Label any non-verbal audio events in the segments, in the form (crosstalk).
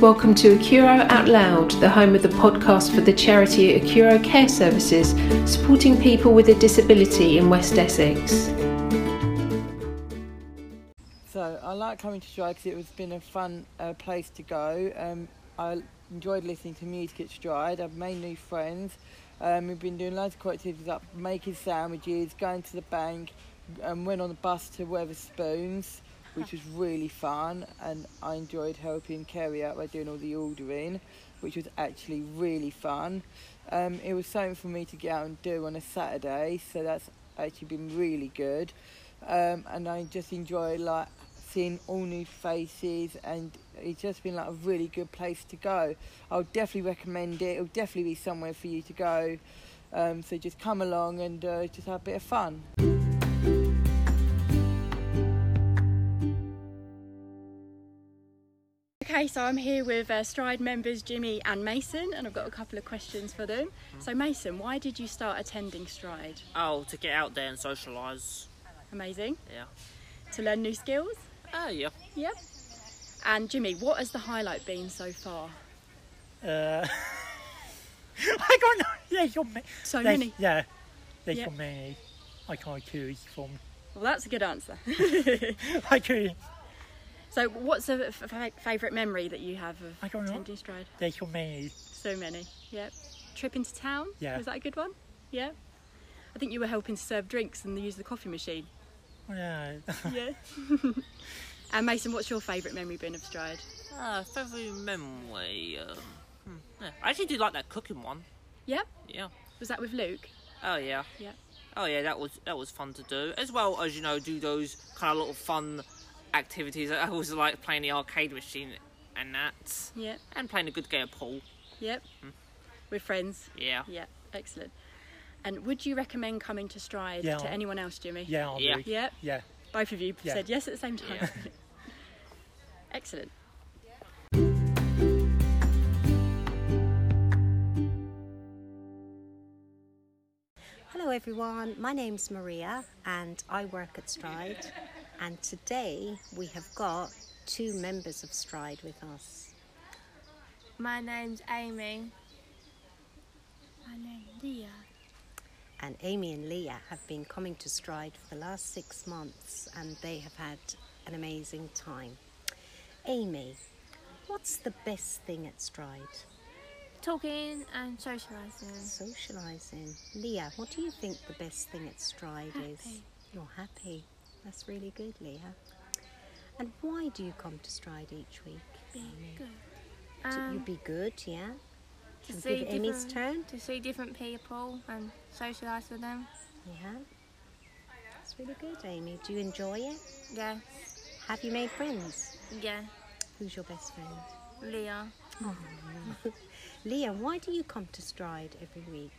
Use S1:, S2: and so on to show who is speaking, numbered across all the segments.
S1: welcome to Acuro Out Loud, the home of the podcast for the charity Acuro Care Services, supporting people with a disability in West Essex.
S2: So I like coming to Stride because it was been a fun uh, place to go. Um, I enjoyed listening to music at Stride. I've made new friends. Um, we've been doing loads of cool activities like making sandwiches, going to the bank, and went on the bus to Weatherspoons, which was really fun. And I enjoyed helping Kerry out by doing all the ordering, which was actually really fun. Um, it was something for me to get out and do on a Saturday, so that's actually been really good. Um, and I just enjoy like seeing all new faces and it's just been like a really good place to go. I would definitely recommend it. It'll definitely be somewhere for you to go. Um, so just come along and uh, just have a bit of fun.
S3: Okay, so I'm here with uh, Stride members Jimmy and Mason, and I've got a couple of questions for them. So, Mason, why did you start attending Stride?
S4: Oh, to get out there and socialise.
S3: Amazing.
S4: Yeah.
S3: To learn new skills?
S4: Oh, yeah.
S3: Yep. And Jimmy, what has the highlight been so far?
S5: Uh, (laughs) I don't know. Yeah, you're ma-
S6: Oh,
S3: So
S5: there's-
S3: many.
S5: Yeah, there's
S3: Yeah.
S5: so many. I can't choose from. (laughs)
S3: Well, that's a good answer. (laughs)
S5: I choose.
S3: so, what's a f- f- favourite memory that you have of
S5: I don't know.
S3: attending Stride?
S5: There's so many.
S3: So many. Yep. Trip into town?
S5: Yeah.
S3: Was that a good one? Yeah. I think you were helping to serve drinks and use the coffee
S5: (laughs)
S3: machine.
S5: Yeah. (laughs)
S3: Yeah. (laughs) and Mason, what's your favourite memory been of Stride?
S4: Uh, favourite memory. Um, hmm, yeah. I actually do like that cooking one.
S3: Yep.
S4: Yeah.
S3: Was that with Luke?
S4: Oh yeah.
S3: Yeah.
S4: Oh yeah. That was that was fun to do, as well as you know do those kind of little fun activities. I always like playing the arcade machine and that,
S3: Yep.
S4: and playing a good game of pool.
S3: Yep.
S5: Hmm.
S3: We're friends.
S4: Yeah.
S3: Yeah. Excellent. And would you recommend coming to Stride
S5: Yeah.
S3: to anyone else, Jimmy?
S5: Yeah. I'll
S4: Yeah.
S5: do.
S3: Yep.
S5: Yeah.
S3: Both of you
S5: Yeah.
S3: said yes at the same time. (laughs) Excellent.
S7: Hello everyone, my name's Maria and I work at Stride and today we have got two members of Stride with us.
S8: My name's Amy. My name's Leah.
S7: And Amy and Leah have been coming to Stride for the last six months and they have had an amazing time. Amy, what's the best thing at Stride?
S8: Talking and socialising.
S7: Socialising. Leah, what do you think the best thing at Stride is?
S8: Happy.
S7: You're happy. That's really good, Leah. And why do you come to Stride each week?
S8: Being good.
S7: So
S8: Um,
S7: you'd be good, yeah?
S8: to
S7: We'll
S8: see
S7: give Amy's
S8: different-
S7: turn.
S8: To see different people and socialise with them.
S7: Yeah. That's really good, Amy. Do you enjoy it?
S8: Yeah.
S7: Have you made friends?
S8: Yeah.
S7: Who's your best friend?
S8: Leah.
S7: Leah, why do you come to Stride every week?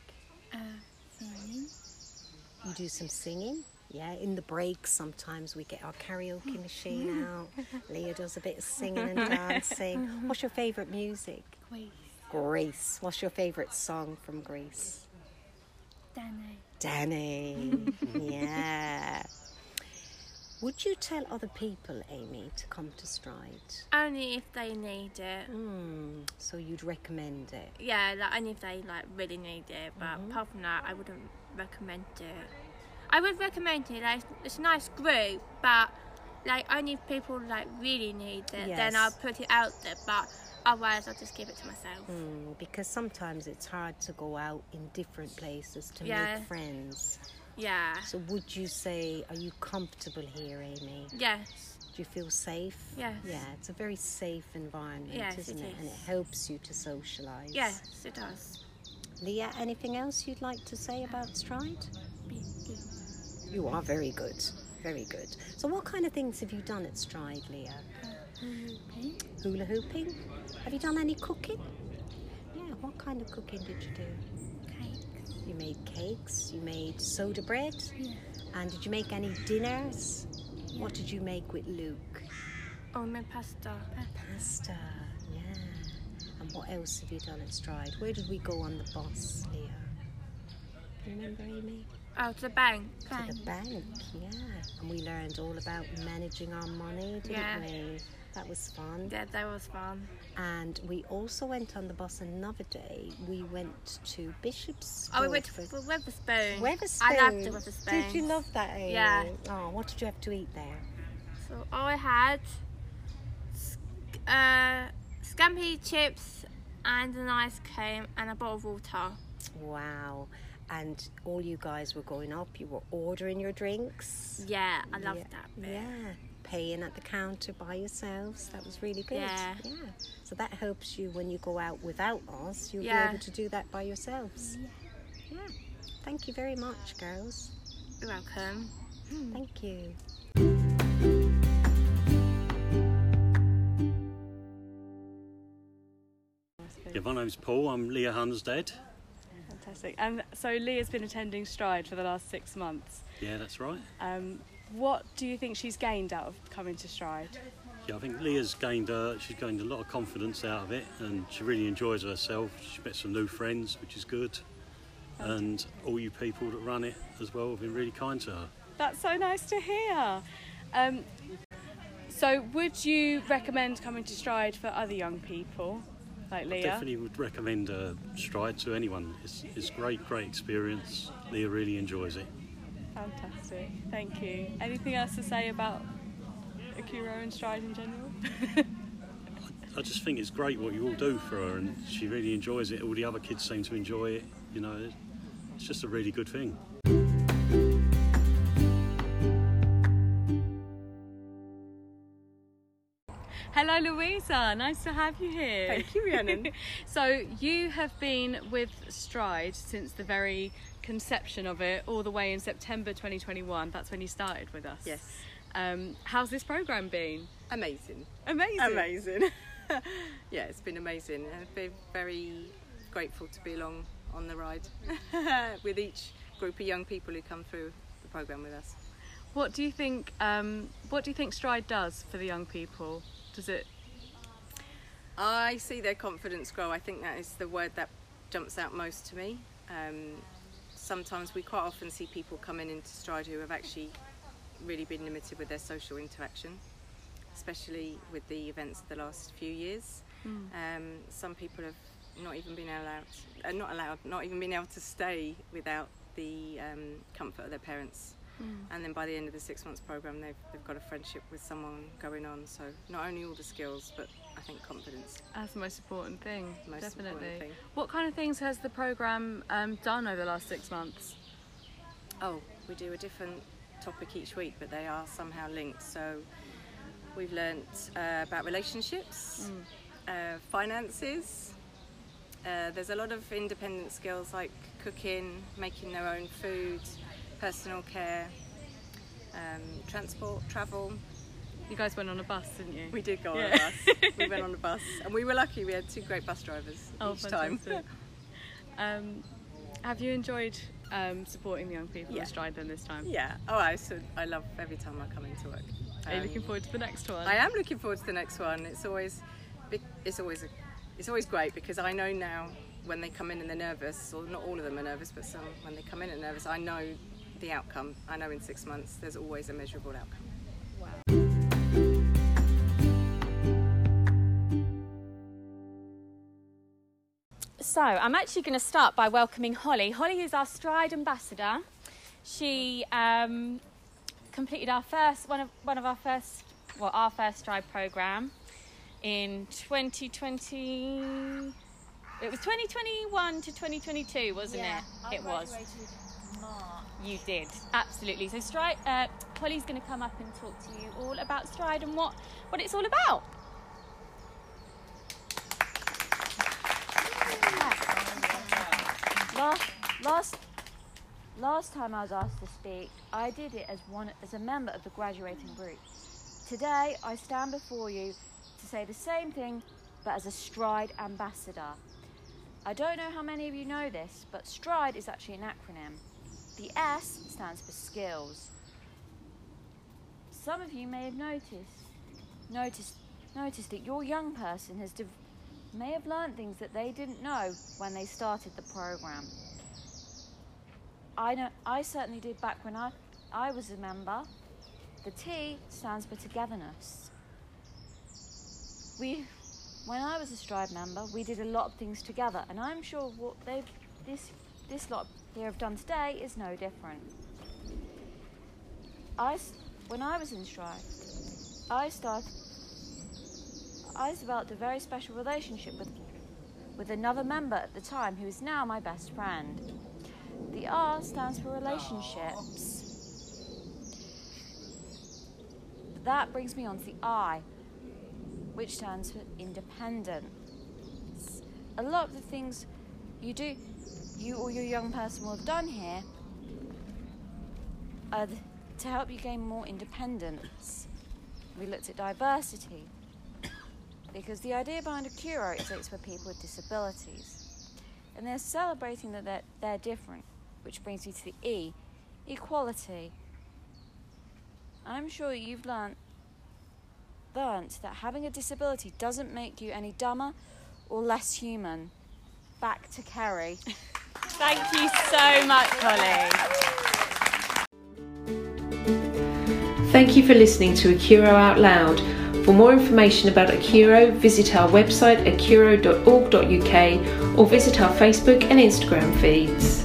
S7: You do some singing? Yeah, in the breaks sometimes we get our karaoke machine out. Leah does a bit of singing and dancing. What's your favourite music?
S8: Grace.
S7: Grace. What's your favourite song from Greece?
S8: Danny.
S7: Danny. yeah. Would you tell other people, Amy, to come to Stride?
S8: Only if they need it.
S7: Hmm. So you'd recommend it?
S8: Yeah, like only if they like really need it. But
S7: Mm-hmm.
S8: apart from that, I wouldn't recommend it. I would recommend it. Like, it's a nice group, but like only if people like really need it, then I'll
S7: Yes.
S8: put it out there. But otherwise, I'll just keep it to myself.
S7: Hmm, because sometimes it's hard to go out in different places to
S8: Yeah.
S7: make friends.
S8: Yeah.
S7: So would you say, are you comfortable here, Amy?
S8: Yes.
S7: Do you feel safe?
S8: Yes.
S7: Yeah, it's a very safe environment,
S8: Yes,
S7: isn't
S8: it
S7: it? And
S8: is.
S7: it helps you to socialise.
S8: Yes, it does.
S7: Leah, anything else you'd like to say about Stride?
S8: Be good.
S7: You are very good. Very good. So, what kind of things have you done at Stride, Leah? Hula hooping. Have you done any cooking? Yeah, what kind of cooking did you do? You made cakes, you made soda bread, and did you make any dinners? What did you make with Luke?
S8: Oh, my pasta.
S7: Pasta, yeah. And what else have you done at Stride? Where did we go on the bus, Leah? Do you remember, Amy?
S8: Oh, to the bank.
S7: to the bank, yeah. And we learned all about managing our money, didn't
S8: Yeah.
S7: we? That was fun.
S8: Yeah, that was fun.
S7: And we also went on the bus another day. We went to Bishop's.
S8: Oh, we went to
S7: Stortford.
S8: Weatherspoon.
S7: Weatherspoon.
S8: I loved the Weatherspoon.
S7: Did you love that? Amy?
S8: Yeah.
S7: Oh, what did you have to eat there?
S8: So I had sc- uh, scampi chips and an ice cream and a bottle of water.
S7: Wow. And all you guys were going up. You were ordering your drinks.
S8: Yeah, I loved that bit.
S7: Yeah. Paying at the counter by yourselves. That was really good.
S8: Yeah.
S7: So that helps you when you go out without us. You'll
S8: Yeah.
S7: be able to do that by yourselves. Yeah. Thank you very much, girls.
S8: You're welcome.
S7: Thank you.
S9: Yeah, my name's Paul. I'm Leah Hunn's dad.
S10: Fantastic. And so Leah's been attending Stride for the last six months.
S9: Yeah, that's right.
S10: Um, what do you think she's gained out of coming to Stride?
S9: Yeah, I think Leah's gained uh, she's gained a lot of confidence out of it, and she really enjoys herself. She's met some new friends, which is good. And all you people that run it as well have been really kind to her.
S10: That's so nice to hear. Um, so would you recommend coming to Stride for other young people like
S9: I
S10: Leah?
S9: definitely would recommend uh, Stride to anyone. It's, it's great, great experience. Leah really enjoys it.
S10: Fantastic. Thank you. Anything else to say about Akira and Stride in general?
S9: I just think it's great what you all do for her, and she really enjoys it. All the other kids seem to enjoy it. You know, it's just a really good thing.
S10: Hello, Louisa. Nice to have you here.
S6: Thank you, Rhiannon.
S10: (laughs) so, you have been with Stride since the very conception of it, all the way in September 2021. That's when you started with us.
S6: Yes.
S10: Um, how's this program been?
S6: amazing.
S10: Amazing. (laughs)
S6: Amazing. yeah, it's been amazing. and I've been very grateful to be along on the ride (laughs) with each group of young people who come through the programme with us.
S10: What do you think? Um, what do you think Stride does for the young people? Does it?
S6: I see their confidence grow. I think that is the word that jumps out most to me. Um, sometimes we quite often see people coming into stride who have actually really been limited with their social interaction, especially with the events of the last few years.
S10: Hmm.
S6: Um, some people have not even been allowed, uh, not allowed, not even been able to stay without the um, comfort of their parents.
S10: Mm.
S6: And then by the end of the six months program, they've, they've got a friendship with someone going on. So not only all the skills, but I think confidence.
S10: That's the most important thing.
S6: Most
S10: definitely.
S6: important thing.
S10: What kind of things has the program um, done over the last six months?
S6: Oh, we do a different topic each week, but they are somehow linked. So we've learnt uh, about relationships,
S10: Mm.
S6: uh, finances. Uh, there's a lot of independent skills like cooking, making their own food, personal care, um, transport, travel.
S10: You guys went on a bus, didn't you?
S6: We did go on
S10: Yeah.
S6: a bus. We went on a bus, and we were lucky. We had two great bus drivers each time.
S10: Oh,
S6: (laughs)
S10: fantastic. um, have you enjoyed um, supporting the young people
S6: Yeah.
S10: with Stride then this time?
S6: yeah. Oh, I so I love every time I come into work.
S10: Are you
S6: Um,
S10: looking forward to the next one?
S6: I am looking forward to the next one. It's always, big- it's always, a, it's always great because I know now when they come in and they're nervous, or not all of them are nervous, but some when they come in and nervous, I know the outcome. I know in six months there's always a measurable outcome.
S11: So I'm actually going to start by welcoming Holly. Holly is our Stride ambassador. She um, completed our first one of one of our first well our first Stride program in 2020. It was 2021 to 2022, wasn't it? It was. You did absolutely. So Stride, uh, Holly's going to come up and talk to you all about Stride and what what it's all about.
S12: last last last time I was asked to speak, I did it as one as a member of the graduating group. Today, I stand before you to say the same thing, but as a Stride ambassador. I don't know how many of you know this, but Stride is actually an acronym. The S stands for skills. Some of you may have noticed noticed noticed that your young person has dev- may have learned things that they didn't know when they started the program. I know I certainly did back when I I was a member. The T stands for togetherness. We when I was a Stride member, we did a lot of things together, and I'm sure what they this this lot here have done today is no different. I s- when I was in Stride, I started I developed a very special relationship with with another member at the time who is now my best friend. The R stands for relationships. That brings me on to the I, which stands for independence. A lot of the things you do, you or your young person will have done here, are th- to help you gain more independence. We looked at diversity, because the idea behind a Curo is that it's for people with disabilities. And they're celebrating that they're, they're different, which brings me to the E equality. I'm sure you've learnt, learnt that having a disability doesn't make you any dumber or less human. Back to Kerry.
S11: Thank you so much, Holly.
S1: Thank you for listening to Acuro Out Loud. For more information about Acuro, visit our website acuro.org.uk or visit our Facebook and Instagram feeds.